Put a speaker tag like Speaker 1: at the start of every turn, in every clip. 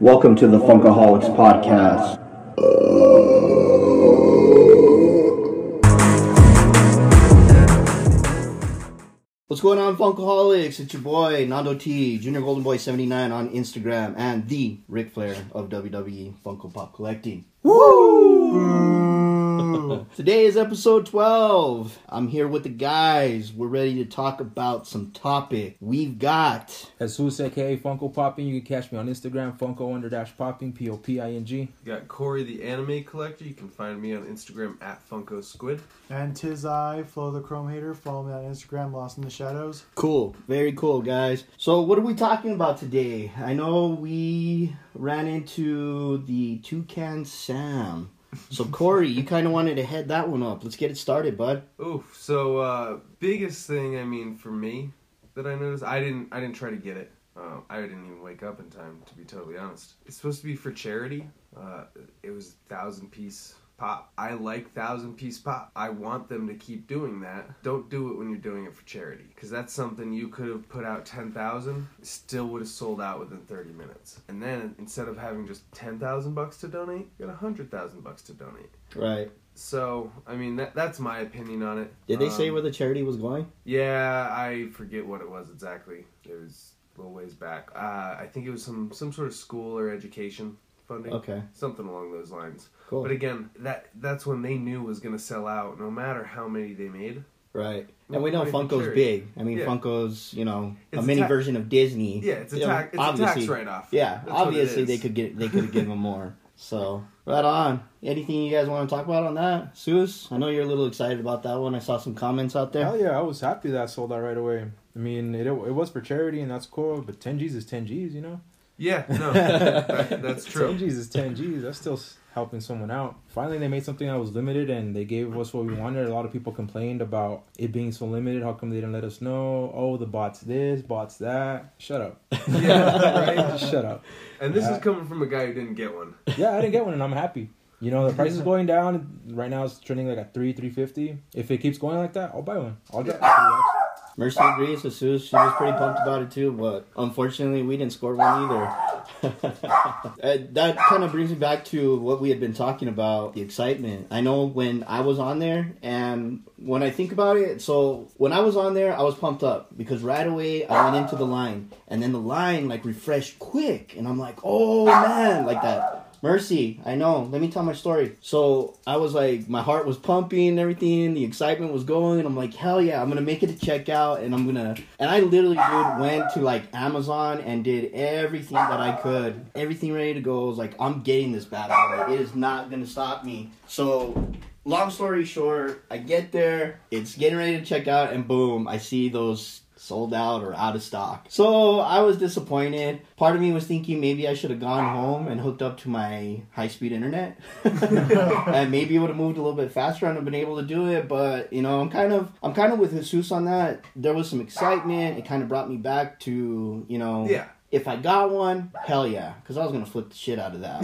Speaker 1: Welcome to the Funkaholics Podcast. What's going on, Funkaholics? It's your boy, Nando T, Junior Golden Boy 79 on Instagram, and the Ric Flair of WWE Funko Pop Collecting. Woo! Today is episode 12. I'm here with the guys. We're ready to talk about some topic. We've got
Speaker 2: Jesus, aka Funko Popping. You can catch me on Instagram, Funko under dash popping, P O P I N G.
Speaker 3: You got Corey the Anime Collector. You can find me on Instagram at Funko Squid.
Speaker 4: And tis I, Flo the Chrome Hater. Follow me on Instagram, Lost in the Shadows.
Speaker 1: Cool. Very cool, guys. So, what are we talking about today? I know we ran into the Toucan Sam. So, Corey, you kind of wanted to head that one up. Let's get it started, bud.
Speaker 3: Ooh, so uh, biggest thing I mean for me that I noticed, I didn't I didn't try to get it. Um, I didn't even wake up in time to be totally honest. It's supposed to be for charity. Uh, it was thousand piece pop. I like thousand piece pop. I want them to keep doing that. Don't do it when you're doing it for charity because that's something you could have put out ten thousand, still would have sold out within thirty minutes. And then instead of having just ten thousand bucks to donate, you got a hundred thousand bucks to donate.
Speaker 1: Right.
Speaker 3: So, I mean, that, that's my opinion on it.
Speaker 1: Did they say
Speaker 3: Um,
Speaker 1: where the charity was going?
Speaker 3: Yeah, I forget what it was exactly. It was a little ways back. Uh, I think it was some, some sort of school or education funding.
Speaker 1: Okay.
Speaker 3: Something along those lines.
Speaker 1: Cool.
Speaker 3: But again, that that's when they knew was going to sell out, no matter how many they made.
Speaker 1: Right. And we know
Speaker 3: Right, the
Speaker 1: Funko's
Speaker 3: charity.
Speaker 1: big. I mean,
Speaker 3: Yeah.
Speaker 1: Funko's, you know, a
Speaker 3: It's a
Speaker 1: mini
Speaker 3: ta-
Speaker 1: version of Disney.
Speaker 3: Yeah, it's a,
Speaker 1: You know,
Speaker 3: tax, it's a tax write-off.
Speaker 1: Yeah,
Speaker 3: That's what it
Speaker 1: obviously they
Speaker 3: is.
Speaker 1: could get they could have given them more. So right on. Anything you guys want to talk about on that, Seuss? I know you're a little excited about that one. I saw some comments out there.
Speaker 2: Hell yeah, I was happy that I sold out right away. I mean, it, it was for charity and that's cool, but 10 G's is 10 G's, you know?
Speaker 3: Yeah, no, that, that's
Speaker 2: 10
Speaker 3: true.
Speaker 2: G's is 10 G's. That's still s- helping someone out. Finally, they made something that was limited and they gave us what we wanted. A lot of people complained about it being so limited. How come they didn't let us know? Oh, the bot's this, bot's that. Shut up.
Speaker 3: Yeah, right.
Speaker 2: Just shut up.
Speaker 3: And this
Speaker 2: Yeah.
Speaker 3: is coming from a guy who didn't get one.
Speaker 2: yeah, I didn't get one, and I'm happy. You know, the price is going down right now. It's trending like at three, three fifty. If it keeps going like that, I'll buy one. I'll get.
Speaker 1: Mercy agrees with Seuss. She was pretty pumped about it too, but unfortunately we didn't score one either. Uh, that kind of brings me back to what we had been talking about the excitement. I know when I was on there, and when I think about it, so when I was on there, I was pumped up because right away I went into the line, and then the line like refreshed quick, and I'm like, oh man, like that. Mercy, I know. Let me tell my story. So I was like, my heart was pumping and everything. The excitement was going. I'm like, hell yeah, I'm gonna make it to checkout, and I'm gonna. And I literally dude went to like Amazon and did everything that I could. Everything ready to go. I was like, I'm getting this bad boy. It is not gonna stop me. So. Long story short, I get there, it's getting ready to check out, and boom, I see those sold out or out of stock. So I was disappointed. Part of me was thinking maybe I should have gone home and hooked up to my high speed internet. and maybe it would have moved a little bit faster and have been able to do it. But you know, I'm kind of I'm kind of with Jesus on that. There was some excitement. It kind of brought me back to, you know,
Speaker 3: Yeah.
Speaker 1: if I got one, hell yeah, because I was gonna flip the shit out of that.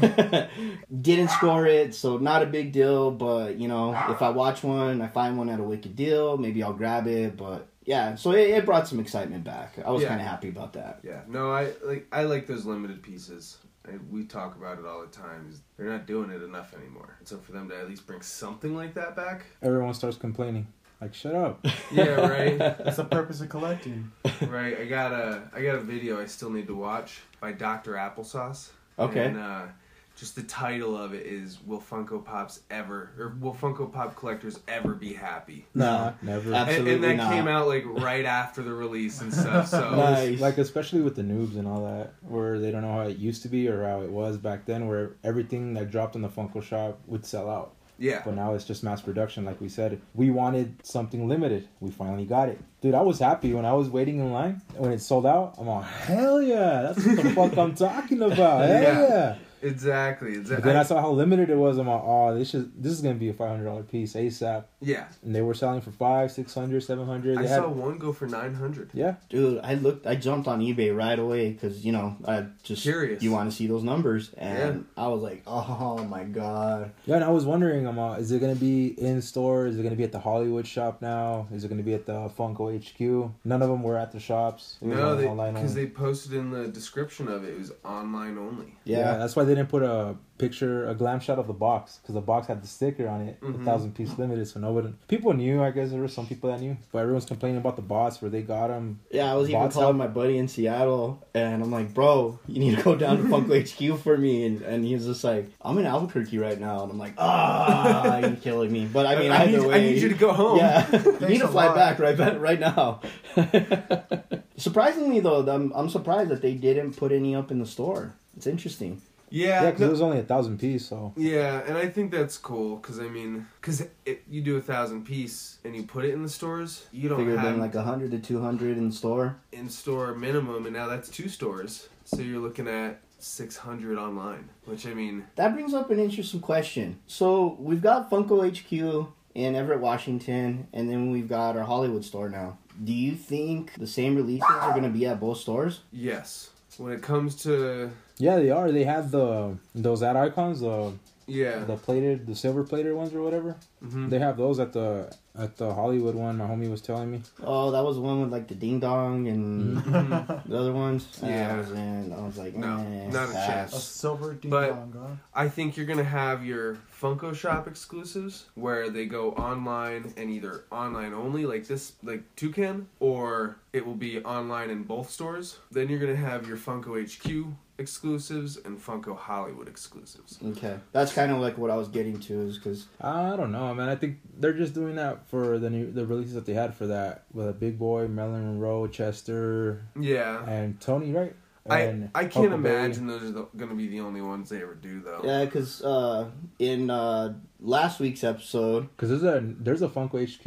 Speaker 1: But didn't score it, so not a big deal. But you know, if I watch one, I find one at a wicked deal, maybe I'll grab it. But yeah, so it, it brought some excitement back. I was
Speaker 3: Yeah.
Speaker 1: kind of happy about that.
Speaker 3: Yeah, no, I like I like those limited pieces. I, we talk about it all the time. is They're not doing it enough anymore. So for them to at least bring something like that back,
Speaker 2: Everyone starts complaining. Like, shut up.
Speaker 3: yeah, right,
Speaker 4: That's the purpose of collecting.
Speaker 3: right. I got a I got a video I still need to watch by Doctor Applesauce.
Speaker 1: Okay.
Speaker 3: And, uh, just the title of it is "Will Funko Pops ever or Will Funko Pop collectors ever be happy?"
Speaker 1: No,
Speaker 2: Never.
Speaker 1: Ab-
Speaker 3: And, and
Speaker 1: Absolutely
Speaker 3: that
Speaker 1: not.
Speaker 3: came out like right after the release and stuff. So
Speaker 1: nice.
Speaker 2: Like especially with the noobs and all that, where they don't know how it used to be or how it was back then, where everything that dropped in the Funko shop would sell out.
Speaker 3: yeah,
Speaker 2: But now it's just mass production, like we said. We wanted something limited. We finally got it. Dude, I was happy when I was waiting in line. When it sold out, I'm all, hell yeah, that's what the fuck I'm talking about. Hell
Speaker 3: Yeah.
Speaker 2: yeah.
Speaker 3: Exactly.
Speaker 2: But
Speaker 3: exactly.
Speaker 2: then I saw how limited it was. I'm like, oh, this is this is gonna be a five hundred dollar piece ASAP.
Speaker 3: yeah.
Speaker 2: And they were selling for five, six hundred, seven hundred.
Speaker 3: I
Speaker 2: They
Speaker 3: saw
Speaker 2: had,
Speaker 3: one go for 900.
Speaker 2: yeah.
Speaker 1: Dude, I looked. I jumped on eBay right away because you know I just
Speaker 3: Curious.
Speaker 1: You want to see those numbers, and I was like, oh my god.
Speaker 2: Yeah, and I was wondering, um, uh, is it gonna be in store? Is it gonna be at the Hollywood shop now? Is it gonna be at the Funko HQ? None of them were at the shops. It was
Speaker 3: No,
Speaker 2: on-
Speaker 3: they
Speaker 2: online
Speaker 3: because
Speaker 2: only.
Speaker 3: they posted in the description of it, it was online only.
Speaker 1: Yeah.
Speaker 2: yeah. that's why they didn't put a picture, a glam shot of the box, because the box had the sticker on it,
Speaker 3: Mhm.
Speaker 1: Mm-hmm.
Speaker 2: a thousand piece limited. So nobody, people knew. I guess there were some people that knew, but everyone's complaining about the bots where they got them.
Speaker 1: Yeah, I was even
Speaker 2: Bots
Speaker 1: calling
Speaker 2: out.
Speaker 1: my buddy in Seattle, and I'm like, bro, you need to go down to Funko HQ for me. And, and he's just like, I'm in Albuquerque right now. And I'm like, ah, you're killing me. But I mean,
Speaker 3: I,
Speaker 1: either
Speaker 3: need,
Speaker 1: way.
Speaker 3: I need you to go home.
Speaker 1: Yeah, you need
Speaker 4: Thanks
Speaker 1: to
Speaker 4: a
Speaker 1: fly
Speaker 4: lot.
Speaker 1: back right ba- right now. Surprisingly, though, I'm, I'm surprised that they didn't put any up in the store. It's interesting.
Speaker 3: Yeah.
Speaker 2: Yeah, because
Speaker 3: no-
Speaker 2: it was only a thousand piece. So
Speaker 3: Yeah, and I think that's cool because I mean, because you do a thousand piece and you put it in the stores, you don't
Speaker 1: Figured
Speaker 3: have
Speaker 1: been like 100 to 200 in the store.
Speaker 3: in store minimum, and now that's two stores, so you're looking at six hundred online. Which I mean,
Speaker 1: That brings up an interesting question. So we've got Funko HQ in Everett, Washington, and then we've got our Hollywood store now. Do you think the same releases are going to be at both stores?
Speaker 3: yes, when it comes to
Speaker 2: yeah, they are. They had the those ad icons, the
Speaker 3: yeah,
Speaker 2: the plated, the silver plated ones or whatever.
Speaker 3: mhm.
Speaker 1: Mm-hmm.
Speaker 2: They have those at the at the Hollywood one. My homie was telling me.
Speaker 1: Oh, that was the one with like the ding dong and
Speaker 3: Mhm.
Speaker 1: the other ones.
Speaker 3: Yeah.
Speaker 1: I was in. I was like,
Speaker 3: No,
Speaker 1: eh,
Speaker 3: not a
Speaker 1: pass.
Speaker 4: A
Speaker 3: chance.
Speaker 4: silver ding
Speaker 3: But-
Speaker 4: dong. huh?
Speaker 3: I think you're gonna have your Funko Shop exclusives where they go online and either online only, like this, like Toucan, or it will be online in both stores. Then you're gonna have your Funko HQ exclusives and Funko Hollywood exclusives.
Speaker 1: Okay, that's kind of like what I was getting to, is because
Speaker 2: I don't know, man. I think they're just doing that for the new the releases that they had for that with a Big Boy, Marilyn Monroe, Chester,
Speaker 3: Yeah,
Speaker 2: and Tony, right?
Speaker 3: I
Speaker 2: And
Speaker 3: I can't
Speaker 2: Huckleberry.
Speaker 3: imagine those are the, gonna be the only ones they ever do though.
Speaker 1: yeah, because uh, in uh, last week's episode,
Speaker 2: Cause there's a there's a Funko HQ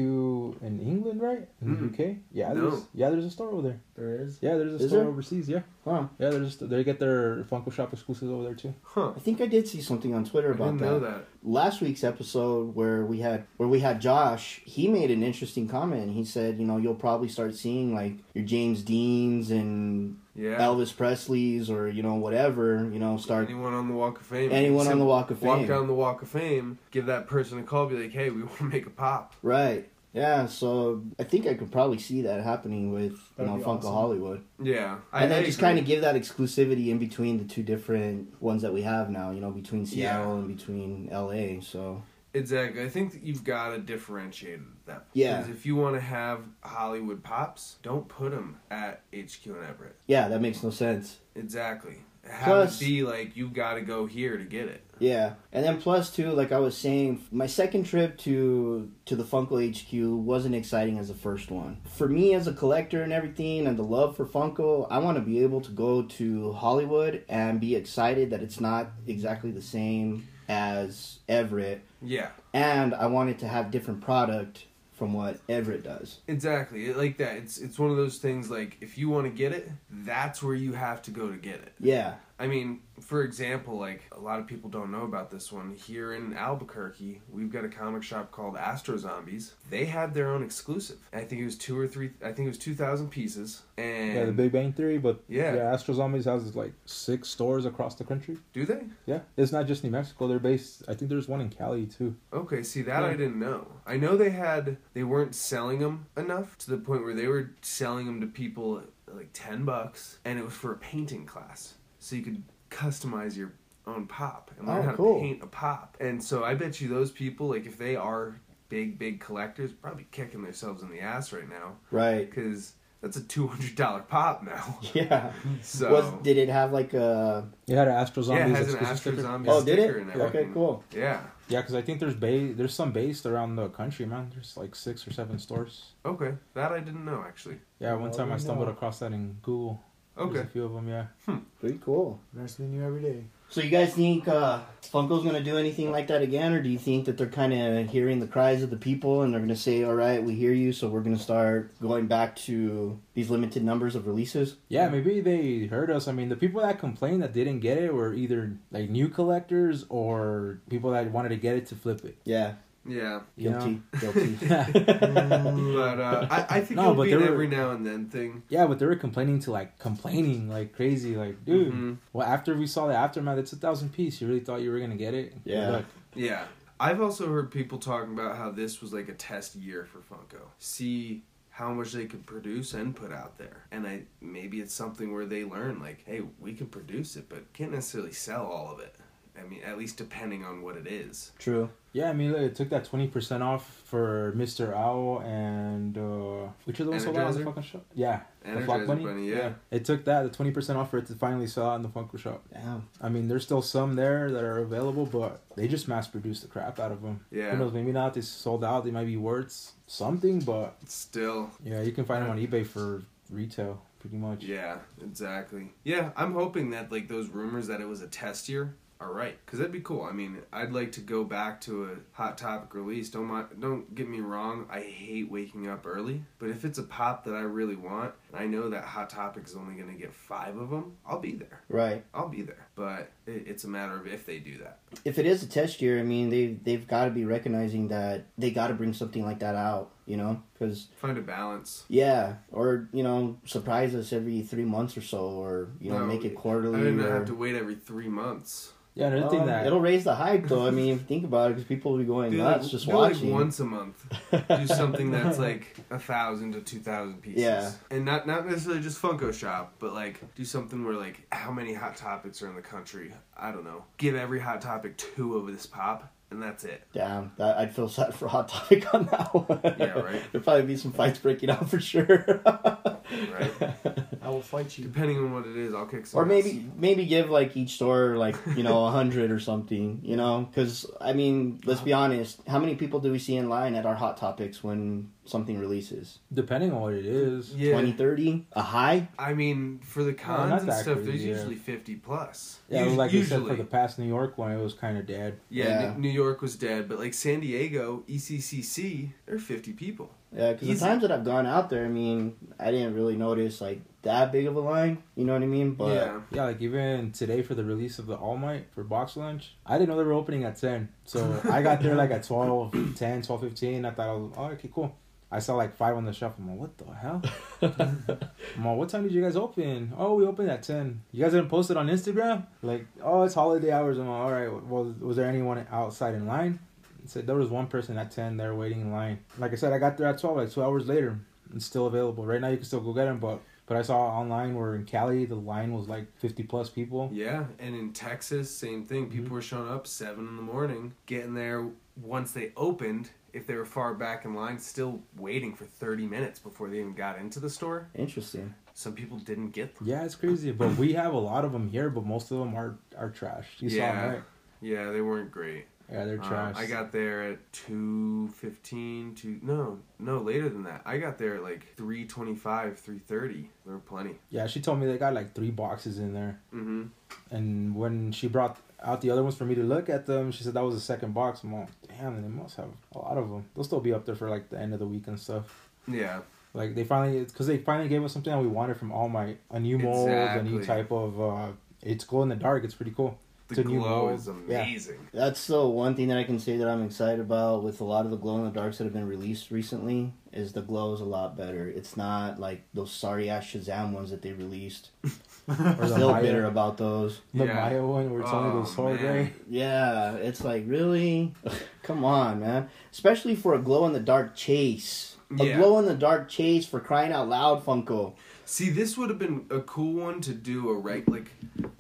Speaker 2: in England, right? In
Speaker 3: Mm-mm.
Speaker 2: the UK, yeah,
Speaker 3: Mm-hmm. No.
Speaker 2: there's yeah, there's a store over there.
Speaker 1: there is.
Speaker 2: Yeah, there's a
Speaker 1: Is
Speaker 2: store
Speaker 1: there?
Speaker 2: overseas. Yeah,
Speaker 1: Huh.
Speaker 2: yeah, there's they get their Funko Shop exclusives over there too.
Speaker 3: Huh?
Speaker 1: I think I did see something on Twitter
Speaker 3: I
Speaker 1: about
Speaker 3: didn't know that.
Speaker 1: last week's episode where we had where we had Josh, he made an interesting comment. He said, you know, you'll probably start seeing like your James Deans and
Speaker 3: Yeah.
Speaker 1: Elvis Presley's or you know whatever, you know, start
Speaker 3: Anyone on the Walk of Fame.
Speaker 1: anyone on the Walk of
Speaker 3: Walk
Speaker 1: Fame.
Speaker 3: down the Walk of Fame, give that person a call, be like, hey, we want to make a pop.
Speaker 1: Right. Yeah, so I think I could probably see that happening with you
Speaker 4: That'd
Speaker 1: know
Speaker 4: be
Speaker 1: Funko
Speaker 4: awesome.
Speaker 1: Hollywood,
Speaker 3: Yeah.
Speaker 1: and then just kind
Speaker 3: agree.
Speaker 1: of give that exclusivity in between the two different ones that we have now. You know, between
Speaker 3: Yeah.
Speaker 1: Seattle and between LA. So
Speaker 3: Exactly. I think that you've got to differentiate it at that. point.
Speaker 1: Yeah.
Speaker 3: Because if you want to have Hollywood pops, don't put them at HQ in Everett.
Speaker 1: yeah, that makes no sense.
Speaker 3: Exactly. Have
Speaker 1: Plus-
Speaker 3: it be like you got to go here to get it.
Speaker 1: Yeah, and then plus too, like I was saying, my second trip to to the Funko HQ wasn't exciting as the first one. For me, as a collector and everything, and the love for Funko, I want to be able to go to Hollywood and be excited that it's not exactly the same as Everett,
Speaker 3: Yeah.
Speaker 1: and I wanted to have different product from what Everett does.
Speaker 3: Exactly. It- Like that. It's it's one of those things like if you want to get it, that's where you have to go to get it.
Speaker 1: Yeah,
Speaker 3: I mean, for example, like a lot of people don't know about this one. Here in Albuquerque, we've got a comic shop called Astro Zombies. They had their own exclusive. I think it was two or three. I think it was two thousand pieces. And
Speaker 2: Yeah, the Big Bang Theory, but
Speaker 3: Yeah.
Speaker 2: yeah, Astro Zombies has like six stores across the country.
Speaker 3: do they?
Speaker 2: Yeah, it's not just New Mexico. They're based. I think there's one in Cali too.
Speaker 3: Okay, see that I
Speaker 2: Yeah.
Speaker 3: didn't know. I know they had they weren't selling them enough to the point where they were selling them to people at like 10 bucks and it was for a painting class. So you could customize your own pop and learn
Speaker 1: Oh,
Speaker 3: how
Speaker 1: cool.
Speaker 3: to paint a pop. And so I bet you those people like if they are big big collectors probably kicking themselves in the ass right now
Speaker 1: right.
Speaker 3: cuz that's a $200 pop now.
Speaker 1: Yeah.
Speaker 3: So
Speaker 1: Was did it have like a?
Speaker 2: It had an Astro
Speaker 3: yeah,
Speaker 2: Zombies.
Speaker 3: it has an
Speaker 2: exclusive
Speaker 3: Astro
Speaker 2: sticker.
Speaker 3: Zombie
Speaker 1: Oh, did
Speaker 3: sticker
Speaker 1: it?
Speaker 3: and
Speaker 1: Okay,
Speaker 3: everything.
Speaker 1: cool.
Speaker 3: Yeah.
Speaker 2: Yeah, because I think there's ba- there's some based around the country, man. There's like six or seven stores.
Speaker 3: Okay. That I didn't know actually.
Speaker 2: Yeah, one
Speaker 4: Well,
Speaker 2: time I
Speaker 4: we
Speaker 2: stumbled
Speaker 4: know.
Speaker 2: across that in Google. There's
Speaker 3: Okay.
Speaker 2: a few of them. Yeah,
Speaker 1: Pretty cool.
Speaker 4: Learn something new every day.
Speaker 1: So you guys think uh, Funko's gonna do anything like that again, or do you think that they're kind of hearing the cries of the people and they're gonna say, "All right, we hear you," so we're gonna start going back to these limited numbers of releases?
Speaker 2: Yeah, maybe they heard us. I mean, the people that complained that didn't get it were either like new collectors or people that wanted to get it to flip it.
Speaker 1: Yeah,
Speaker 3: Yeah,
Speaker 2: you know?
Speaker 1: guilty, guilty.
Speaker 3: but uh, I, I think
Speaker 2: No,
Speaker 3: it'll
Speaker 2: but
Speaker 3: be
Speaker 2: there
Speaker 3: an
Speaker 2: were-
Speaker 3: every now and then thing.
Speaker 2: Yeah, but they were complaining to like complaining like crazy, like dude.
Speaker 3: Mhm.
Speaker 2: Well, after we saw the aftermath, it's a thousand piece. You really thought you were gonna get it? Good
Speaker 1: Yeah.
Speaker 2: luck.
Speaker 3: Yeah, I've also heard people talking about how this was like a test year for Funko. See how much they could produce and put out there, and I maybe it's something where they learn like, hey, we can produce it, but can't necessarily sell all of it. I mean, at least depending on what it is.
Speaker 1: True.
Speaker 2: Yeah, I mean, look, it took that twenty percent off for Mister Owl and uh, which are the ones sold out on the
Speaker 3: Energizer?
Speaker 2: fucking shop? Yeah, the
Speaker 3: Energizer
Speaker 2: Flock Bunny.
Speaker 3: Bunny, yeah.
Speaker 2: it took that the twenty percent off for it to finally sell out in the Funko shop.
Speaker 1: Damn.
Speaker 2: I mean, there's still some there that are available, but they just mass produced the crap out of them.
Speaker 3: Yeah.
Speaker 2: Who knows? Maybe not. They sold out. They might be worth something, but
Speaker 3: Still,
Speaker 2: yeah, you can find them on eBay for retail, pretty much.
Speaker 3: yeah, exactly. Yeah, I'm hoping that like those rumors that it was a test year are right, because that'd be cool. I mean, I'd like to go back to a hot topic release. Don't mi- don't get me wrong. I hate waking up early, but if it's a pop that I really want, and I know that hot topic is only gonna get five of them, I'll be there.
Speaker 1: Right.
Speaker 3: I'll be there. But it, it's a matter of if they do that.
Speaker 1: If it is a test year, I mean, they they've got to be recognizing that they got to bring something like that out, you know, because
Speaker 3: Find a balance.
Speaker 1: Yeah, or you know, surprise us every three months or so, or you know,
Speaker 3: No,
Speaker 1: make it
Speaker 3: I
Speaker 1: quarterly.
Speaker 3: didn't
Speaker 1: or,
Speaker 3: have to wait every three months.
Speaker 2: Yeah, another
Speaker 1: Um,
Speaker 2: thing that
Speaker 1: it'll raise the hype, though. I mean, if you think about it, because people will be going
Speaker 3: Do
Speaker 1: nuts
Speaker 3: like,
Speaker 1: just
Speaker 3: do
Speaker 1: watching.
Speaker 3: like once a month. do something that's like a thousand to two thousand pieces.
Speaker 1: Yeah.
Speaker 3: And not not necessarily just Funko Shop, but like do something where like how many hot topics are in the country? I don't know. Give every hot topic two of this pop, and that's it.
Speaker 1: Damn, that, I'd feel sad for Hot Topic on that one.
Speaker 3: Yeah, right.
Speaker 1: There'd probably be some fights breaking out for sure.
Speaker 3: Right.
Speaker 4: I will fight you.
Speaker 3: Depending on what it is, I'll kick some.
Speaker 1: or
Speaker 3: ass.
Speaker 1: maybe maybe give like each store like you know a hundred or something, you know? Because I mean, let's be honest. How many people do we see in line at our Hot Topics when something releases?
Speaker 2: depending on what it is.
Speaker 3: Yeah.
Speaker 1: Twenty, thirty, a high.
Speaker 3: I mean, for the cons
Speaker 2: not
Speaker 3: and
Speaker 2: that
Speaker 3: stuff,
Speaker 2: crazy,
Speaker 3: there's
Speaker 2: yeah.
Speaker 3: usually fifty plus.
Speaker 2: Yeah,
Speaker 3: Us-
Speaker 2: like you said, for
Speaker 3: usually.
Speaker 2: the past New York one, it was kind of dead.
Speaker 3: yeah,
Speaker 1: Yeah.
Speaker 3: N- New York was dead, but like San Diego, E ECCC, there are fifty people.
Speaker 1: Yeah, because the
Speaker 3: Easy.
Speaker 1: times that I've gone out there, I mean, I didn't really notice like that big of a line. You know what I mean? But
Speaker 3: yeah,
Speaker 2: Yeah, like even today for the release of the All Might for box lunch, I didn't know they were opening at 10. So I got there like at 12, 10, 12, 15. I thought, I was, oh, okay, cool. I saw like five on the shelf. I'm like, what the hell? I'm like, what time did you guys open? Oh, we opened at 10. You guys didn't post it on Instagram? Like, oh, it's holiday hours. I'm like, all right, well, was there anyone outside in line? It said there was one person at 10 there waiting in line. Like I said, I got there at 12, like two hours later. It's still available. Right now, you can still go get them, but but I saw online where in Cali the line was like 50 plus people.
Speaker 3: Yeah, and in Texas, same thing.
Speaker 2: Mm-hmm.
Speaker 3: People were showing up seven in the morning, getting there once they opened. If they were far back in line, still waiting for thirty minutes before they even got into the store.
Speaker 1: interesting.
Speaker 3: Some people didn't get. Them.
Speaker 2: Yeah, it's crazy. But we have a lot of them here, but most of them are are trash. You saw 'em,
Speaker 3: Yeah.
Speaker 2: right?
Speaker 3: Yeah, they weren't great.
Speaker 2: Yeah, they're
Speaker 3: Um,
Speaker 2: trash.
Speaker 3: I got there at two fifteen. Two no, no later than that. I got there at like three twenty five, three thirty. There were plenty.
Speaker 2: Yeah, she told me they got like three boxes in there,
Speaker 3: Mm-hmm.
Speaker 2: and when she brought out the other ones for me to look at them, she said that was the second box. I'm like, damn, they must have a lot of them. They'll still be up there for like the end of the week and stuff.
Speaker 3: Yeah,
Speaker 2: Like they finally, it's because they finally gave us something that we wanted from All Might, a new mold, a new
Speaker 3: Exactly.
Speaker 2: type of. uh It's glow in the dark. It's pretty cool.
Speaker 3: the
Speaker 2: It's a new
Speaker 3: glow
Speaker 2: mold.
Speaker 3: is
Speaker 2: Yeah.
Speaker 3: amazing.
Speaker 1: That's the one thing that I can say that I'm excited about with a lot of the glow in the darks that have been released recently is the glow is a lot better. It's not like those sorry ass Shazam ones that they released.
Speaker 2: Or the
Speaker 1: Still
Speaker 2: Maya-
Speaker 1: bitter about those.
Speaker 2: The
Speaker 3: Yeah.
Speaker 2: Maya one where it's
Speaker 3: Oh,
Speaker 2: only the sword
Speaker 3: man.
Speaker 2: gray.
Speaker 1: Yeah, it's like really, come on, man. Especially for a glow in the dark chase. A
Speaker 3: Yeah.
Speaker 1: glow in the dark chase for crying out loud, Funko.
Speaker 3: See, this would have been a cool one to do a right like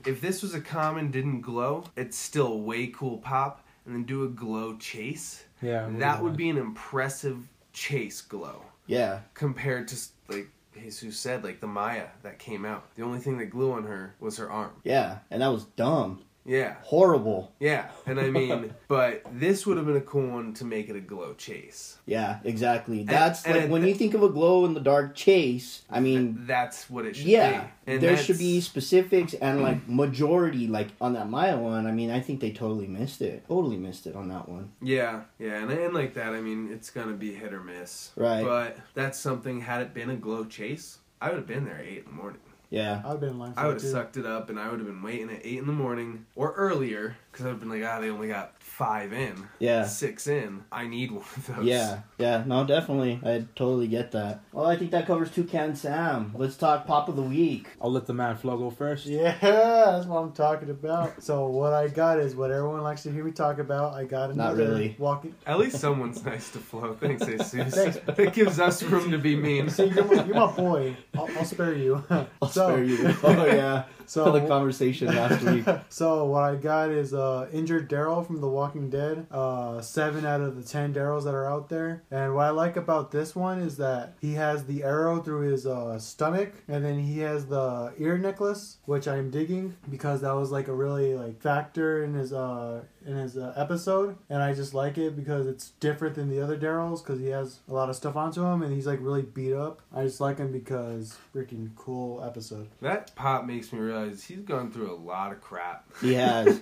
Speaker 3: if this was a common didn't glow, it's still a way cool pop, and then do a glow chase.
Speaker 2: Yeah,
Speaker 3: that would be an impressive chase glow
Speaker 1: Yeah,
Speaker 3: compared to like Jesus said, like the Maya that came out. The only thing that glue on her was her arm.
Speaker 1: yeah, and that was dumb.
Speaker 3: Yeah.
Speaker 1: Horrible.
Speaker 3: Yeah, and I mean, but this would have been a cool one to make it a glow chase.
Speaker 1: Yeah, exactly. That's
Speaker 3: and
Speaker 1: like
Speaker 3: it-
Speaker 1: when you think of a glow in the dark chase. I mean,
Speaker 3: That's what it should
Speaker 1: yeah,
Speaker 3: be. And
Speaker 1: there
Speaker 3: that's-
Speaker 1: should be specifics and like majority. Like on that Maya one, I mean, I think they totally missed it. Totally missed it on that one.
Speaker 3: Yeah, yeah, and, and like that, I mean, it's gonna be hit or miss.
Speaker 1: Right.
Speaker 3: But that's something. Had it been a glow chase, I would have been there at eight in the morning.
Speaker 1: Yeah,
Speaker 4: I would have been in line for
Speaker 3: I would
Speaker 4: that
Speaker 3: have
Speaker 4: too.
Speaker 3: sucked it up, and I would have been waiting at eight in the morning or earlier because I'd have been like, ah, they only got five in,
Speaker 1: yeah,
Speaker 3: six in. I need one of those.
Speaker 1: yeah, yeah. No, definitely, I totally get that. Well, I think that covers Toucan Sam. Let's talk Pop of the Week.
Speaker 2: I'll let the man flow go first.
Speaker 4: Yeah, that's what I'm talking about. So what I got is what everyone likes to hear me talk about. I got
Speaker 1: Not
Speaker 4: another
Speaker 1: really.
Speaker 4: walking.
Speaker 3: At least someone's nice to flow. Thanks, Jesus.
Speaker 4: Thanks.
Speaker 3: It gives us room to be mean.
Speaker 4: So you're my, you're my boy. I'll, I'll spare you.
Speaker 1: I'll
Speaker 4: so,
Speaker 1: spare you. Oh yeah,
Speaker 4: So
Speaker 1: the conversation last week.
Speaker 4: so what I got is uh, injured Daryl from The Walking Dead. Uh, seven out of the ten Daryls that are out there. And what I like about this one is that he has the arrow through his uh, stomach, and then he has the ear necklace, which I'm digging because that was like a really like factor in his uh, in his uh, episode. And I just like it because it's different than the other Daryls because he has a lot of stuff onto him, and he's like really beat up. I just like him because freaking cool episode.
Speaker 3: That pop makes me realize he's gone through a lot of crap.
Speaker 1: He has.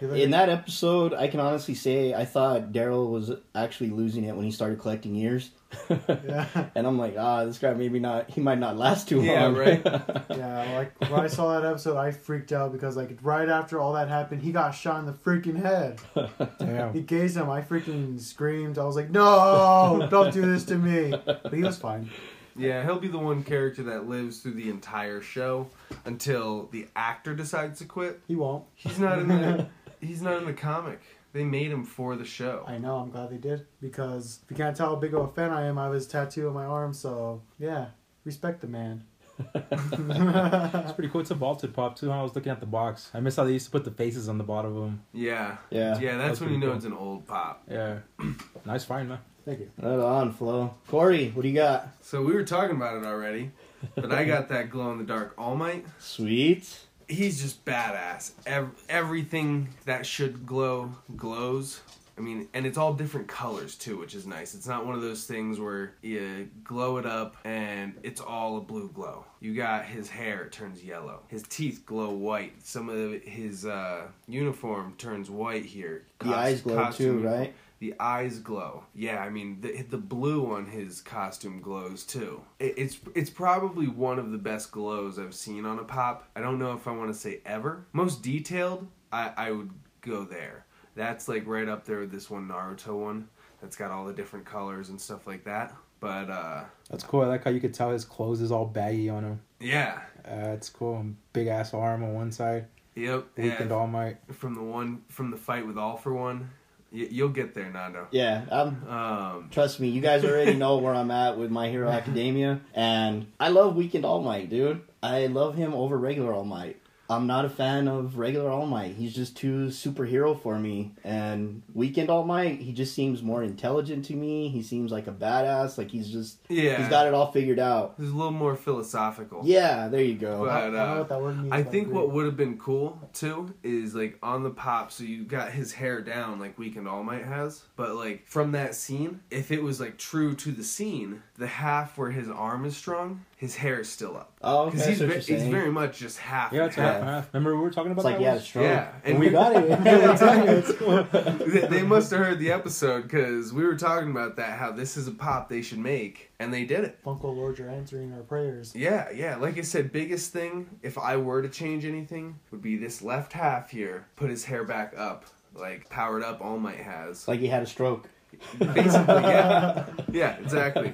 Speaker 4: He
Speaker 1: In that episode, I can honestly say I thought Daryl was actually losing it when he started collecting ears.
Speaker 4: yeah.
Speaker 1: And I'm like, ah, this guy maybe not. He might not last too
Speaker 3: Yeah,
Speaker 1: long.
Speaker 3: right.
Speaker 4: Yeah, like when I saw that episode, I freaked out because like right after all that happened, he got shot in the freaking head. He
Speaker 3: Oh.
Speaker 2: Damn.
Speaker 4: gazed him. I freaking screamed. I was like, "No, don't do this to me!" But he was fine.
Speaker 3: Yeah, he'll be the one character that lives through the entire show until the actor decides to quit.
Speaker 4: He won't.
Speaker 3: He's not in the he's not in the comic. They made him for the show.
Speaker 4: I know. I'm glad they did because if you can't tell how big of a fan I am, I have his tattoo on my arm. So yeah, respect the man.
Speaker 2: It's pretty cool. It's a vaulted pop too. I was looking at the box. I miss how they used to put the faces on the bottom of them.
Speaker 3: Yeah.
Speaker 1: Yeah.
Speaker 3: Yeah, that's
Speaker 2: That's
Speaker 3: when you
Speaker 2: pretty
Speaker 3: know
Speaker 2: cool.
Speaker 3: it's an old pop.
Speaker 2: Yeah. nice find, man.
Speaker 4: Thank you.
Speaker 1: Right on, Flo. Corey, what do you got?
Speaker 3: So we were talking about it already, but I got that glow in the dark All Might.
Speaker 1: Sweet.
Speaker 3: He's just badass. Ev- everything that should glow glows. I mean, and it's all different colors too, which is nice. It's not one of those things where you glow it up and it's all a blue glow. You got his hair it turns yellow. His teeth glow white. Some of his uh, uniform turns white here.
Speaker 1: The eyes glow
Speaker 3: costume
Speaker 1: too, right?
Speaker 3: The eyes glow. Yeah, I mean the the blue on his costume glows too. It, it's it's probably one of the best glows I've seen on a pop. I don't know if I want to say ever. Most detailed, I I would go there. That's like right up there with this one Naruto one that's got all the different colors and stuff like that. But uh
Speaker 2: That's cool. I like how you could tell his clothes is all baggy on him.
Speaker 3: yeah.
Speaker 2: Uh, it's cool. Big ass arm on one side.
Speaker 3: Yep.
Speaker 2: Weakened
Speaker 3: Yeah.
Speaker 2: All Might.
Speaker 3: From the one from the fight with All for One. Y- you'll get there, Nando.
Speaker 1: Yeah, um,
Speaker 3: Um
Speaker 1: trust me, you guys already know where I'm at with My Hero Academia, and I love Weekend All Might, dude. I love him over regular All Might. I'm not a fan of regular All Might. He's just too superhero for me. And Weekend All Might, he just seems more intelligent to me. He seems like a badass. Like he's just,
Speaker 3: yeah.
Speaker 1: he's got it all figured out.
Speaker 3: He's a little more philosophical.
Speaker 1: Yeah, there you go.
Speaker 3: But,
Speaker 4: I, I don't
Speaker 3: uh,
Speaker 4: know what that word means.
Speaker 3: I
Speaker 4: but
Speaker 3: think
Speaker 4: agree.
Speaker 3: what would have been cool too is like on the pop, so you got his hair down like Weekend All Might has, but like from that scene, if it was like true to the scene, the half where his arm is strung, his hair is still up
Speaker 1: oh, okay.
Speaker 3: because
Speaker 1: That's
Speaker 3: he's,
Speaker 1: what
Speaker 3: ve-
Speaker 1: you're
Speaker 3: he's
Speaker 1: saying.
Speaker 3: very much just half.
Speaker 2: Yeah,
Speaker 3: and
Speaker 2: it's half
Speaker 1: Yeah.
Speaker 2: and half. Remember we were talking about
Speaker 1: It's like,
Speaker 2: that
Speaker 1: yeah,
Speaker 2: one?
Speaker 1: it's strong.
Speaker 3: Yeah,
Speaker 1: And
Speaker 3: and
Speaker 1: we
Speaker 3: we,
Speaker 1: got it.
Speaker 3: they, they must have heard the episode because we were talking about that how this is a pop they should make, and they did it.
Speaker 4: Uncle Lord, you're answering our prayers.
Speaker 3: Yeah, yeah. Like I said, biggest thing if I were to change anything would be this left half here. Put his hair back up, like powered up. All Might has.
Speaker 1: It's like he had a stroke.
Speaker 3: Basically, yeah, yeah, exactly.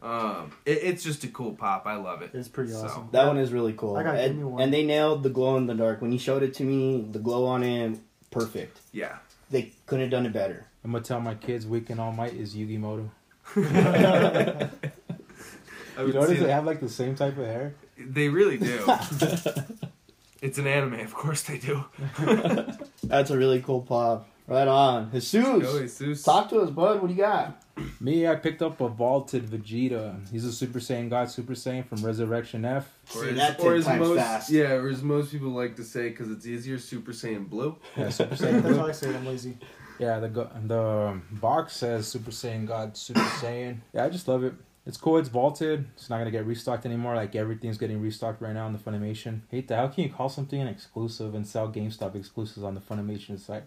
Speaker 3: Um, it, it's just a cool pop. I love it.
Speaker 4: It's pretty
Speaker 3: So.
Speaker 4: awesome.
Speaker 1: That one is really cool.
Speaker 4: I gotta give
Speaker 1: and,
Speaker 4: me one.
Speaker 1: and they nailed the glow in the dark. When you showed it to me, the glow on it, perfect.
Speaker 3: Yeah,
Speaker 1: They couldn't have done it better.
Speaker 2: I'm gonna tell my kids Weekend All Might is Yugi Moto.
Speaker 3: I
Speaker 2: You
Speaker 3: would
Speaker 2: notice
Speaker 3: say
Speaker 2: they have like the same type of hair?
Speaker 3: they really do. it's an anime, of course they do.
Speaker 1: That's a really cool pop. Right on.
Speaker 3: Go,
Speaker 1: Jesus,
Speaker 3: Jesus.
Speaker 1: talk to us, bud. What do you got?
Speaker 2: Me, I picked up a vaulted Vegeta. He's a Super Saiyan God, Super Saiyan from Resurrection F.
Speaker 1: See, that ten
Speaker 3: or as
Speaker 1: times
Speaker 3: most,
Speaker 1: fast.
Speaker 3: Yeah, or as most people like to say, because it's easier, Super Saiyan Blue.
Speaker 2: Yeah, Super Saiyan
Speaker 4: That's
Speaker 2: Blue.
Speaker 4: how I say it. I'm lazy.
Speaker 2: Yeah, the go- the box says Super Saiyan God, Super Saiyan. Yeah, I just love it. It's cool. It's vaulted. It's not gonna get restocked anymore. Like everything's getting restocked right now on the Funimation. Hate that. How can you call something an exclusive and sell GameStop exclusives on the Funimation site?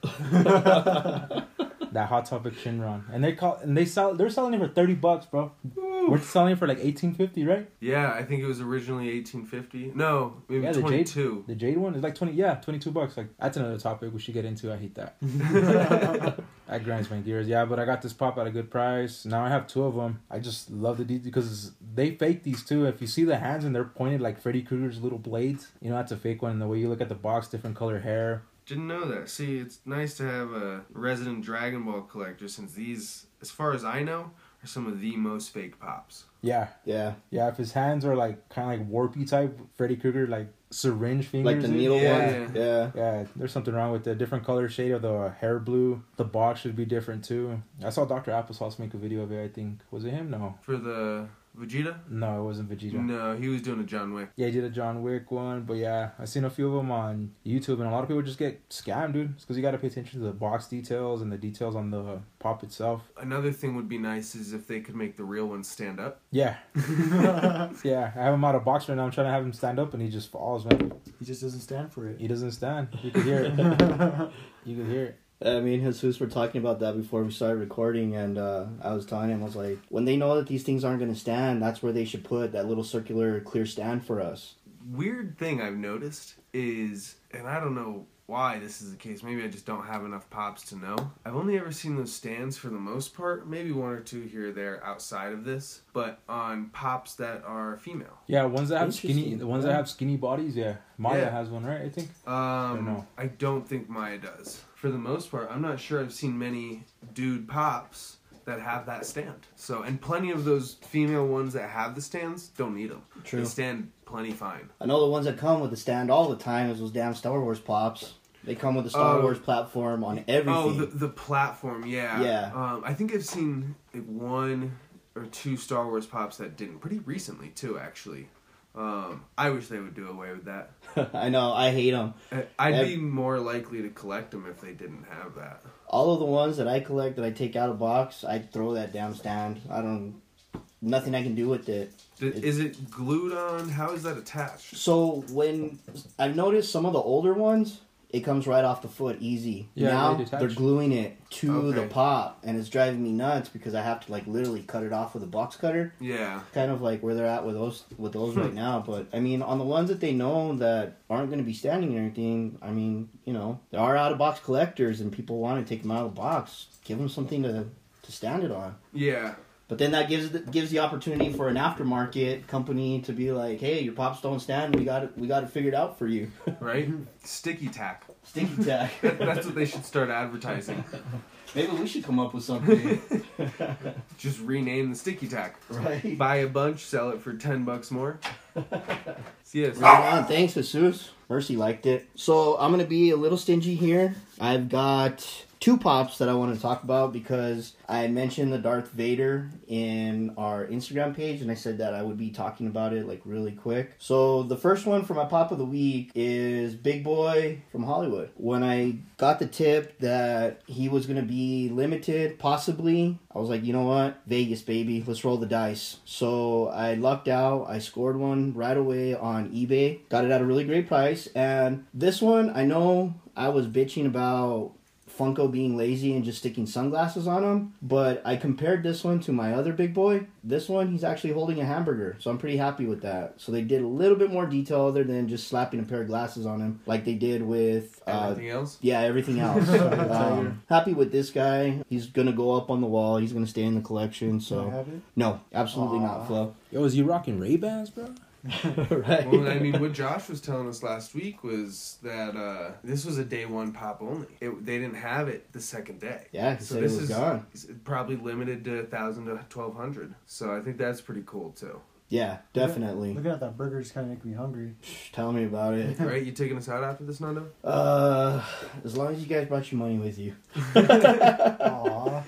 Speaker 2: that Hot Topic Shinron, and they call and they sell. They're selling it for thirty bucks, bro. We're selling it for like eighteen fifty, right?
Speaker 3: Yeah, I think it was originally 1850. No, maybe
Speaker 2: Yeah, the Jade-
Speaker 3: 22.
Speaker 2: The Jade one is like twenty. Yeah, twenty two bucks. Like that's another topic we should get into. I hate that. that grinds my gears. Yeah, but I got this pop at a good price. Now I have two of them. I just love the detail because they fake these too. If you see the hands and they're pointed like Freddy Krueger's little blades, you know that's a fake one. And the way you look at the box, different color hair.
Speaker 3: Didn't know that. See, it's nice to have a resident Dragon Ball collector since these, as far as I know, are some of the most fake pops.
Speaker 2: Yeah,
Speaker 1: Yeah,
Speaker 2: yeah. If his hands are like kind of like warpy type Freddy Krueger, like syringe fingers,
Speaker 1: like the
Speaker 2: dude.
Speaker 1: needle
Speaker 3: Yeah.
Speaker 1: one. Yeah.
Speaker 2: Yeah, there's something wrong with the different color shade of the hair blue. The box should be different too. I saw Dr. Applesauce make a video of it, I think. Was it him? No.
Speaker 3: For the Vegeta?
Speaker 2: No, it wasn't Vegeta.
Speaker 3: No, he was doing a John Wick.
Speaker 2: Yeah, he did a John Wick one, but yeah, i seen a few of them on YouTube, and a lot of people just get scammed, dude. It's because you got to pay attention to the box details and the details on the pop itself.
Speaker 3: Another thing would be nice is if they could make the real ones stand up.
Speaker 2: Yeah, yeah. I have him out of box right now. I'm trying to have him stand up, and he just falls, man.
Speaker 4: he just doesn't stand for it.
Speaker 2: He doesn't stand. You could hear it. you could hear it.
Speaker 1: I mean, Uh, Jesus, we're talking about that before we started recording, and uh, I was telling him, I was like, when they know that these things aren't going to stand, that's where they should put that little circular clear stand for us.
Speaker 3: Weird thing I've noticed is, and I don't know why this is the case, maybe I just don't have enough pops to know. I've only ever seen those stands for the most part, maybe one or two here or there outside of this, but on pops that are female.
Speaker 2: Yeah, ones that have skinny,
Speaker 1: Interesting.
Speaker 2: the ones that have skinny bodies. Yeah, Maya
Speaker 3: Yeah.
Speaker 2: has one, right? I think.
Speaker 3: Um,
Speaker 2: no?
Speaker 3: I don't think Maya does. For the most part, I'm not sure I've seen many dude pops that have that stand. So, and plenty of those female ones that have the stands don't need them.
Speaker 1: True.
Speaker 3: They stand plenty fine.
Speaker 1: I know the ones that come with the stand all the time is those damn Star Wars pops. They come with the Star
Speaker 3: Oh.
Speaker 1: Wars platform on everything.
Speaker 3: Oh, the, the platform, yeah.
Speaker 1: Yeah.
Speaker 3: Um, I think I've seen like, one or two Star Wars pops that didn't pretty recently too, actually. Um, I wish they would do away with that.
Speaker 1: I know, I hate them.
Speaker 3: I- I'd
Speaker 1: Ev-
Speaker 3: be more likely to collect them if they didn't have that.
Speaker 1: All of the ones that I collect that I take out of box, I throw that damn stand. I don't, nothing I can do with it.
Speaker 3: D- Is it glued on? How is that attached?
Speaker 1: So when I've noticed some of the older ones, it comes right off the foot easy.
Speaker 2: Yeah,
Speaker 1: now
Speaker 2: they detach.
Speaker 1: they're gluing it to the
Speaker 3: Okay.
Speaker 1: pop, and it's driving me nuts because I have to like literally cut it off with a box cutter.
Speaker 3: Yeah.
Speaker 1: Kind of like where they're at with those with those right now. But I mean, on the ones that they know that aren't going to be standing or anything, I mean, you know, there are out of box collectors, and people want to take them out of the box, give them something to to stand it on.
Speaker 3: Yeah.
Speaker 1: But then that gives the, gives the opportunity for an aftermarket company to be like, "Hey, your pops don't stand. We got it. We got it figured out for you."
Speaker 3: right? Sticky tack.
Speaker 1: Stinky tack.
Speaker 3: That, that's what they should start advertising.
Speaker 1: Maybe we should come up with something,
Speaker 3: Just rename the sticky tack.
Speaker 1: right?
Speaker 3: Buy a bunch, sell it for ten bucks more. Yes.
Speaker 1: Right on. Thanks, Jesus. Mercy liked it. So I'm gonna be a little stingy here. I've got two pops that I want to talk about because I mentioned the Darth Vader in our Instagram page, and I said that I would be talking about it like really quick. So the first one for my pop of the week is Big Boy from Hollywood. When I got the tip that he was gonna be limited, possibly, I was like, you know what, Vegas baby, let's roll the dice. So I lucked out. I scored one right away on eBay. Got it at a really great price, and this one I know I was bitching about Funko being lazy and just sticking sunglasses on him. But I compared this one to my other big boy. This one, he's actually holding a hamburger, so I'm pretty happy with that. So they did a little bit more detail other than just slapping a pair of glasses on him, like they did with uh,
Speaker 3: Anything else?
Speaker 1: yeah, everything else. um, happy with this guy. He's gonna go up on the wall. He's gonna stay in the collection.
Speaker 4: Can I
Speaker 1: So
Speaker 4: have it?
Speaker 1: no, absolutely
Speaker 4: Aw.
Speaker 1: not, Flo.
Speaker 2: Yo, is you rocking Ray Bans, bro?
Speaker 1: right?
Speaker 3: Well, I mean, what Josh was telling us last week was that uh, this was a day one pop only. It, they didn't have it the second day.
Speaker 1: yeah, he
Speaker 3: So
Speaker 1: said it
Speaker 3: this
Speaker 1: was
Speaker 3: is
Speaker 1: gone.
Speaker 3: it's probably limited to thousand to twelve hundred. So I think that's pretty cool too.
Speaker 1: Yeah, definitely.
Speaker 4: Looking at that burger just kind of making me hungry.
Speaker 1: Psh, Tell me about it.
Speaker 3: Right? You taking us out after this, Nando?
Speaker 1: Uh, as long as you guys brought your money with you.
Speaker 4: Aw.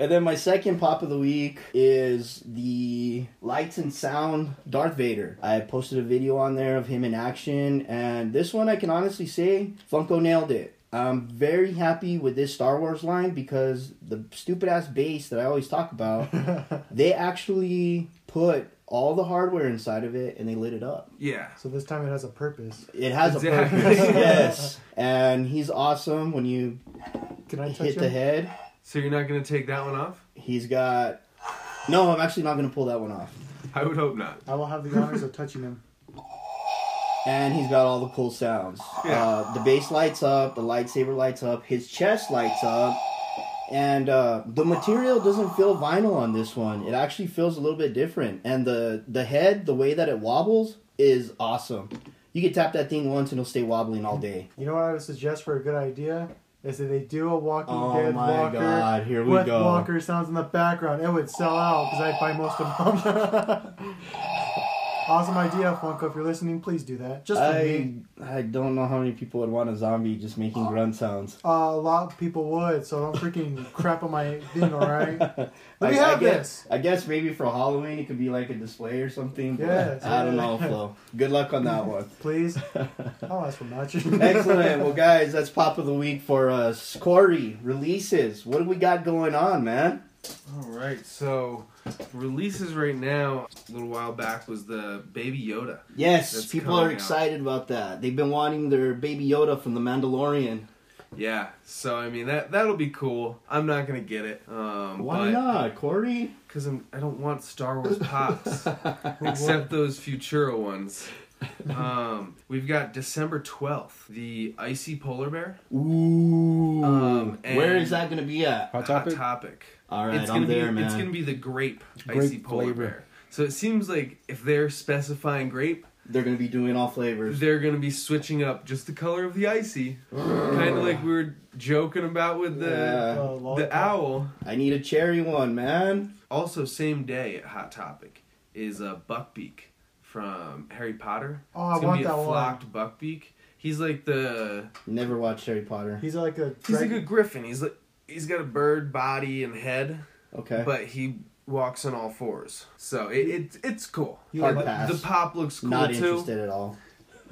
Speaker 1: And then my second pop of the week is the lights and sound Darth Vader. I posted a video on there of him in action, and this one I can honestly say Funko nailed it. I'm very happy with this Star Wars line because the stupid ass base that I always talk about, they actually put all the hardware inside of it and they lit it up.
Speaker 3: Yeah.
Speaker 4: so this time it has a purpose.
Speaker 1: It has
Speaker 3: Exactly.
Speaker 1: a purpose, yes. And he's awesome when you
Speaker 4: Can I touch
Speaker 1: hit
Speaker 4: him?
Speaker 1: the head.
Speaker 3: So you're not gonna take that one off?
Speaker 1: He's got. No, I'm actually not going to pull that one off.
Speaker 3: I would hope not.
Speaker 4: I will have the honors of touching him.
Speaker 1: And he's got all the cool sounds.
Speaker 3: Yeah.
Speaker 1: Uh, the bass lights up, the lightsaber lights up, his chest lights up, and uh, the material doesn't feel vinyl on this one. It actually feels a little bit different. And the the head, the way that it wobbles, is awesome. You can tap that thing once and it'll stay wobbling all day.
Speaker 4: You know what I would suggest for a good idea is that they do a Walking
Speaker 1: Oh
Speaker 4: Dead
Speaker 1: my
Speaker 4: walker
Speaker 1: God, here we
Speaker 4: with
Speaker 1: go.
Speaker 4: walker sounds in the background. It would sell out because I'd buy most of them. awesome idea, Funko. If you're listening, please do that. Just for me.
Speaker 1: I I don't know how many people would want a zombie just making grunt sounds.
Speaker 4: Uh, a lot of people would, so don't freaking crap on my thing, alright? Let
Speaker 1: I-
Speaker 4: me
Speaker 1: I
Speaker 4: have
Speaker 1: guess-
Speaker 4: this.
Speaker 1: I guess maybe for Halloween it could be like a display or something. but
Speaker 4: Yes,
Speaker 1: I don't
Speaker 4: yeah.
Speaker 1: know, Flo. Good luck on that one.
Speaker 4: Please. I'll ask for much.
Speaker 1: Excellent. Well, guys, that's pop of the week for us. Corey, releases. What do we got going on, man?
Speaker 3: All right. So releases right now. A little while back was the Baby Yoda.
Speaker 1: Yes,
Speaker 3: That's
Speaker 1: people
Speaker 3: coming
Speaker 1: are
Speaker 3: out.
Speaker 1: excited about that. They've been wanting their baby Yoda from The Mandalorian.
Speaker 3: Yeah. So I mean that that'll be cool. I'm not gonna get it. Um,
Speaker 1: Why not, Corey?
Speaker 3: Because I'm I don't want Star Wars pops except those Futura ones. Um, we've got December 12th, the icy polar bear.
Speaker 1: Ooh.
Speaker 3: Um, and-
Speaker 1: Where is that going to be at?
Speaker 2: Hot topic.
Speaker 1: All right,
Speaker 3: it's
Speaker 1: I'm
Speaker 3: gonna
Speaker 1: there,
Speaker 3: be
Speaker 1: man.
Speaker 3: it's gonna be the grape,
Speaker 2: Grape
Speaker 3: icy polar
Speaker 2: flavor.
Speaker 3: bear. So it seems like if they're specifying grape,
Speaker 1: They're going to be doing all flavors.
Speaker 3: they're gonna be switching up just the color of the icy, kind of like we were joking about with the
Speaker 1: Yeah.
Speaker 4: Uh, lollipop.
Speaker 3: the owl.
Speaker 1: I need a cherry one, man.
Speaker 3: Also, same day at Hot Topic is a uh, Buckbeak from Harry Potter.
Speaker 4: Oh, I
Speaker 3: it's gonna
Speaker 4: want
Speaker 3: be a
Speaker 4: that one.
Speaker 3: flocked Buckbeak. He's like the
Speaker 1: Never watched Harry Potter.
Speaker 4: He's like a
Speaker 3: he's like
Speaker 4: dragon-
Speaker 3: a griffin. He's like he's got a bird body and head,
Speaker 1: Okay.
Speaker 3: but he walks on all fours. So it, it it's cool.
Speaker 4: You
Speaker 1: Hard
Speaker 4: like-
Speaker 1: pass.
Speaker 3: The pop looks cool
Speaker 1: Not
Speaker 3: too.
Speaker 1: interested at all.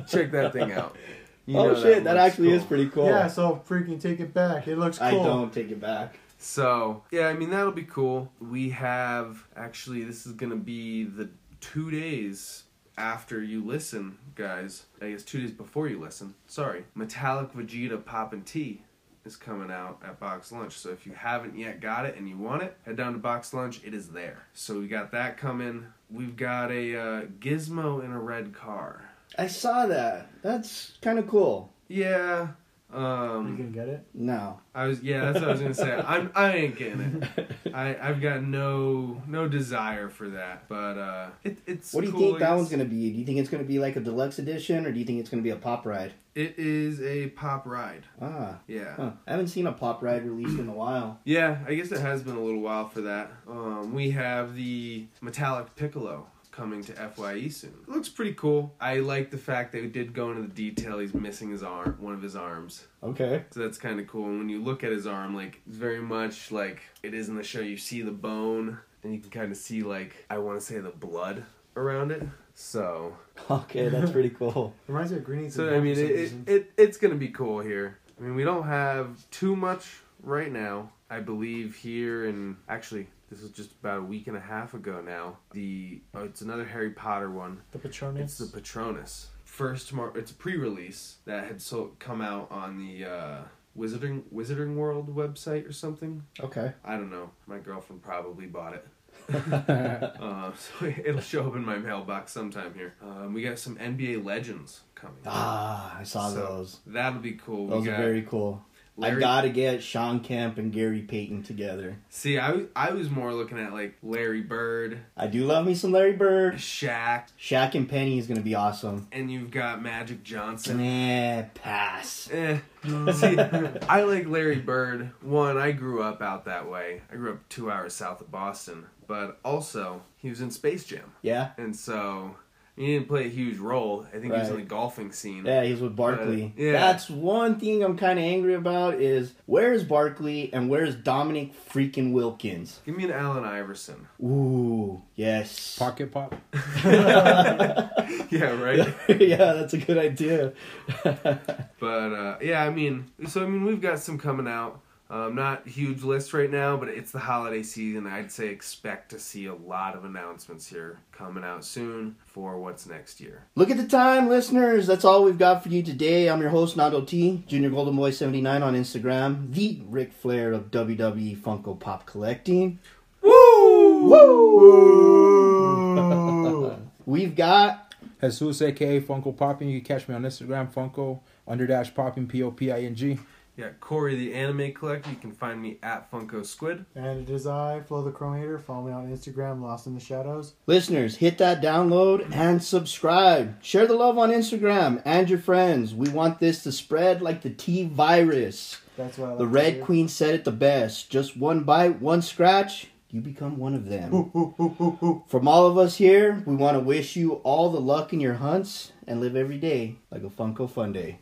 Speaker 3: Check that thing out. You
Speaker 1: oh
Speaker 3: know
Speaker 1: shit, that,
Speaker 3: looks
Speaker 1: actually
Speaker 3: cool.
Speaker 1: is pretty cool.
Speaker 4: Yeah, so freaking take it back. It looks cool.
Speaker 1: I don't take it back.
Speaker 3: So yeah, I mean that'll be cool. We have actually this is gonna be the two days after you listen, guys. I guess two days before you listen. Sorry, Metallic Vegeta Pop and Tea is coming out at Box Lunch. So if you haven't yet got it and you want it, head down to Box Lunch. It is there. So we got that coming. We've got a uh, Gizmo in a red car.
Speaker 1: I saw that. That's kind of cool.
Speaker 3: Yeah.
Speaker 4: Are you
Speaker 3: Um,
Speaker 4: gonna get it?
Speaker 1: No.
Speaker 3: I was yeah, that's what I was gonna say. I'm I ain't getting it. I I've got no no desire for that. But uh, it, it's
Speaker 1: What do you
Speaker 3: cool,
Speaker 1: think
Speaker 3: I
Speaker 1: that
Speaker 3: guess.
Speaker 1: one's gonna be? Do you think it's gonna be like a deluxe edition, or do you think it's gonna be a pop ride?
Speaker 3: It is a pop ride.
Speaker 1: Ah,
Speaker 3: Yeah,
Speaker 1: huh. I haven't seen a pop ride released in a while.
Speaker 3: yeah. I guess it has been a little while for that. Um, we have the metallic piccolo coming to Fye soon. It looks pretty cool. I like the fact they did go into the detail. He's missing his arm, one of his arms.
Speaker 1: Okay.
Speaker 3: So that's kind of cool. And when you look at his arm, like it's very much like it is in the show. You see the bone, and you can kind of see like I want to say the blood around it. So,
Speaker 1: Okay, that's pretty cool.
Speaker 4: Reminds me of Greenies.
Speaker 3: so I mean, it, it, it it's gonna be cool here. I mean, we don't have too much right now. I believe here and actually. This was just about a week and a half ago now. The oh, it's another Harry Potter one.
Speaker 4: the Patronus.
Speaker 3: It's the Patronus. First, mar- it's a pre-release that had so- come out on the uh, Wizarding Wizarding World website or something.
Speaker 1: Okay.
Speaker 3: I don't know. My girlfriend probably bought it. uh, so it'll show up in my mailbox sometime here. Um, we got some NBA Legends coming.
Speaker 1: Ah, I saw
Speaker 3: So,
Speaker 1: those.
Speaker 3: That'll be cool.
Speaker 1: Those
Speaker 3: we
Speaker 1: are
Speaker 3: got
Speaker 1: very cool. I
Speaker 3: Larry-
Speaker 1: gotta get Sean Kemp and Gary Payton together.
Speaker 3: See, I, w- I was more looking at like Larry Bird,
Speaker 1: I do love me some Larry Bird.
Speaker 3: Shaq,
Speaker 1: Shaq and Penny is gonna be awesome.
Speaker 3: and you've got Magic Johnson.
Speaker 1: Nah, pass.
Speaker 3: Eh. See, I like Larry Bird. One, I grew up out that way. I grew up two hours south of Boston, but also he was in Space Jam,
Speaker 1: Yeah,
Speaker 3: and so he didn't play a huge role. I think he was in
Speaker 1: Right.
Speaker 3: the golfing scene.
Speaker 1: yeah, he's with Barkley.
Speaker 3: Yeah.
Speaker 1: That's one thing I'm kind of angry about is where is Barkley and where is Dominic freaking Wilkins?
Speaker 3: Give me an Allen Iverson.
Speaker 1: Ooh, yes.
Speaker 2: Pocket pop.
Speaker 3: yeah, right.
Speaker 1: yeah, that's a good idea.
Speaker 3: But uh, yeah, I mean, so I mean, we've got some coming out. Um, not huge list right now, but it's the holiday season. I'd say expect to see a lot of announcements here coming out soon for what's next year.
Speaker 1: Look at the time, listeners. That's all we've got for you today. I'm your host, Nando T, Junior Golden Boy 79 on Instagram, the Ric Flair of WWE Funko Pop Collecting.
Speaker 3: Woo!
Speaker 4: Ooh.
Speaker 1: We've got
Speaker 2: Jesus, aka Funko Popping. You can catch me on Instagram, Funko under dash popping, P O P I N G.
Speaker 3: Yeah, Corey the Anime Collector. You can find me at Funko Squid.
Speaker 4: and it is I, Flo the Chromator. Follow me on Instagram, Lost in the Shadows.
Speaker 1: listeners, hit that download and subscribe. Share the love on Instagram and your friends. We want this to spread like the T virus.
Speaker 4: That's what I like
Speaker 1: The
Speaker 4: to
Speaker 1: Red
Speaker 4: hear.
Speaker 1: Queen said it the best. Just one bite, one scratch, you become one of them. From all of us here, we want to wish you all the luck in your hunts and live every day like a Funko Fun Day.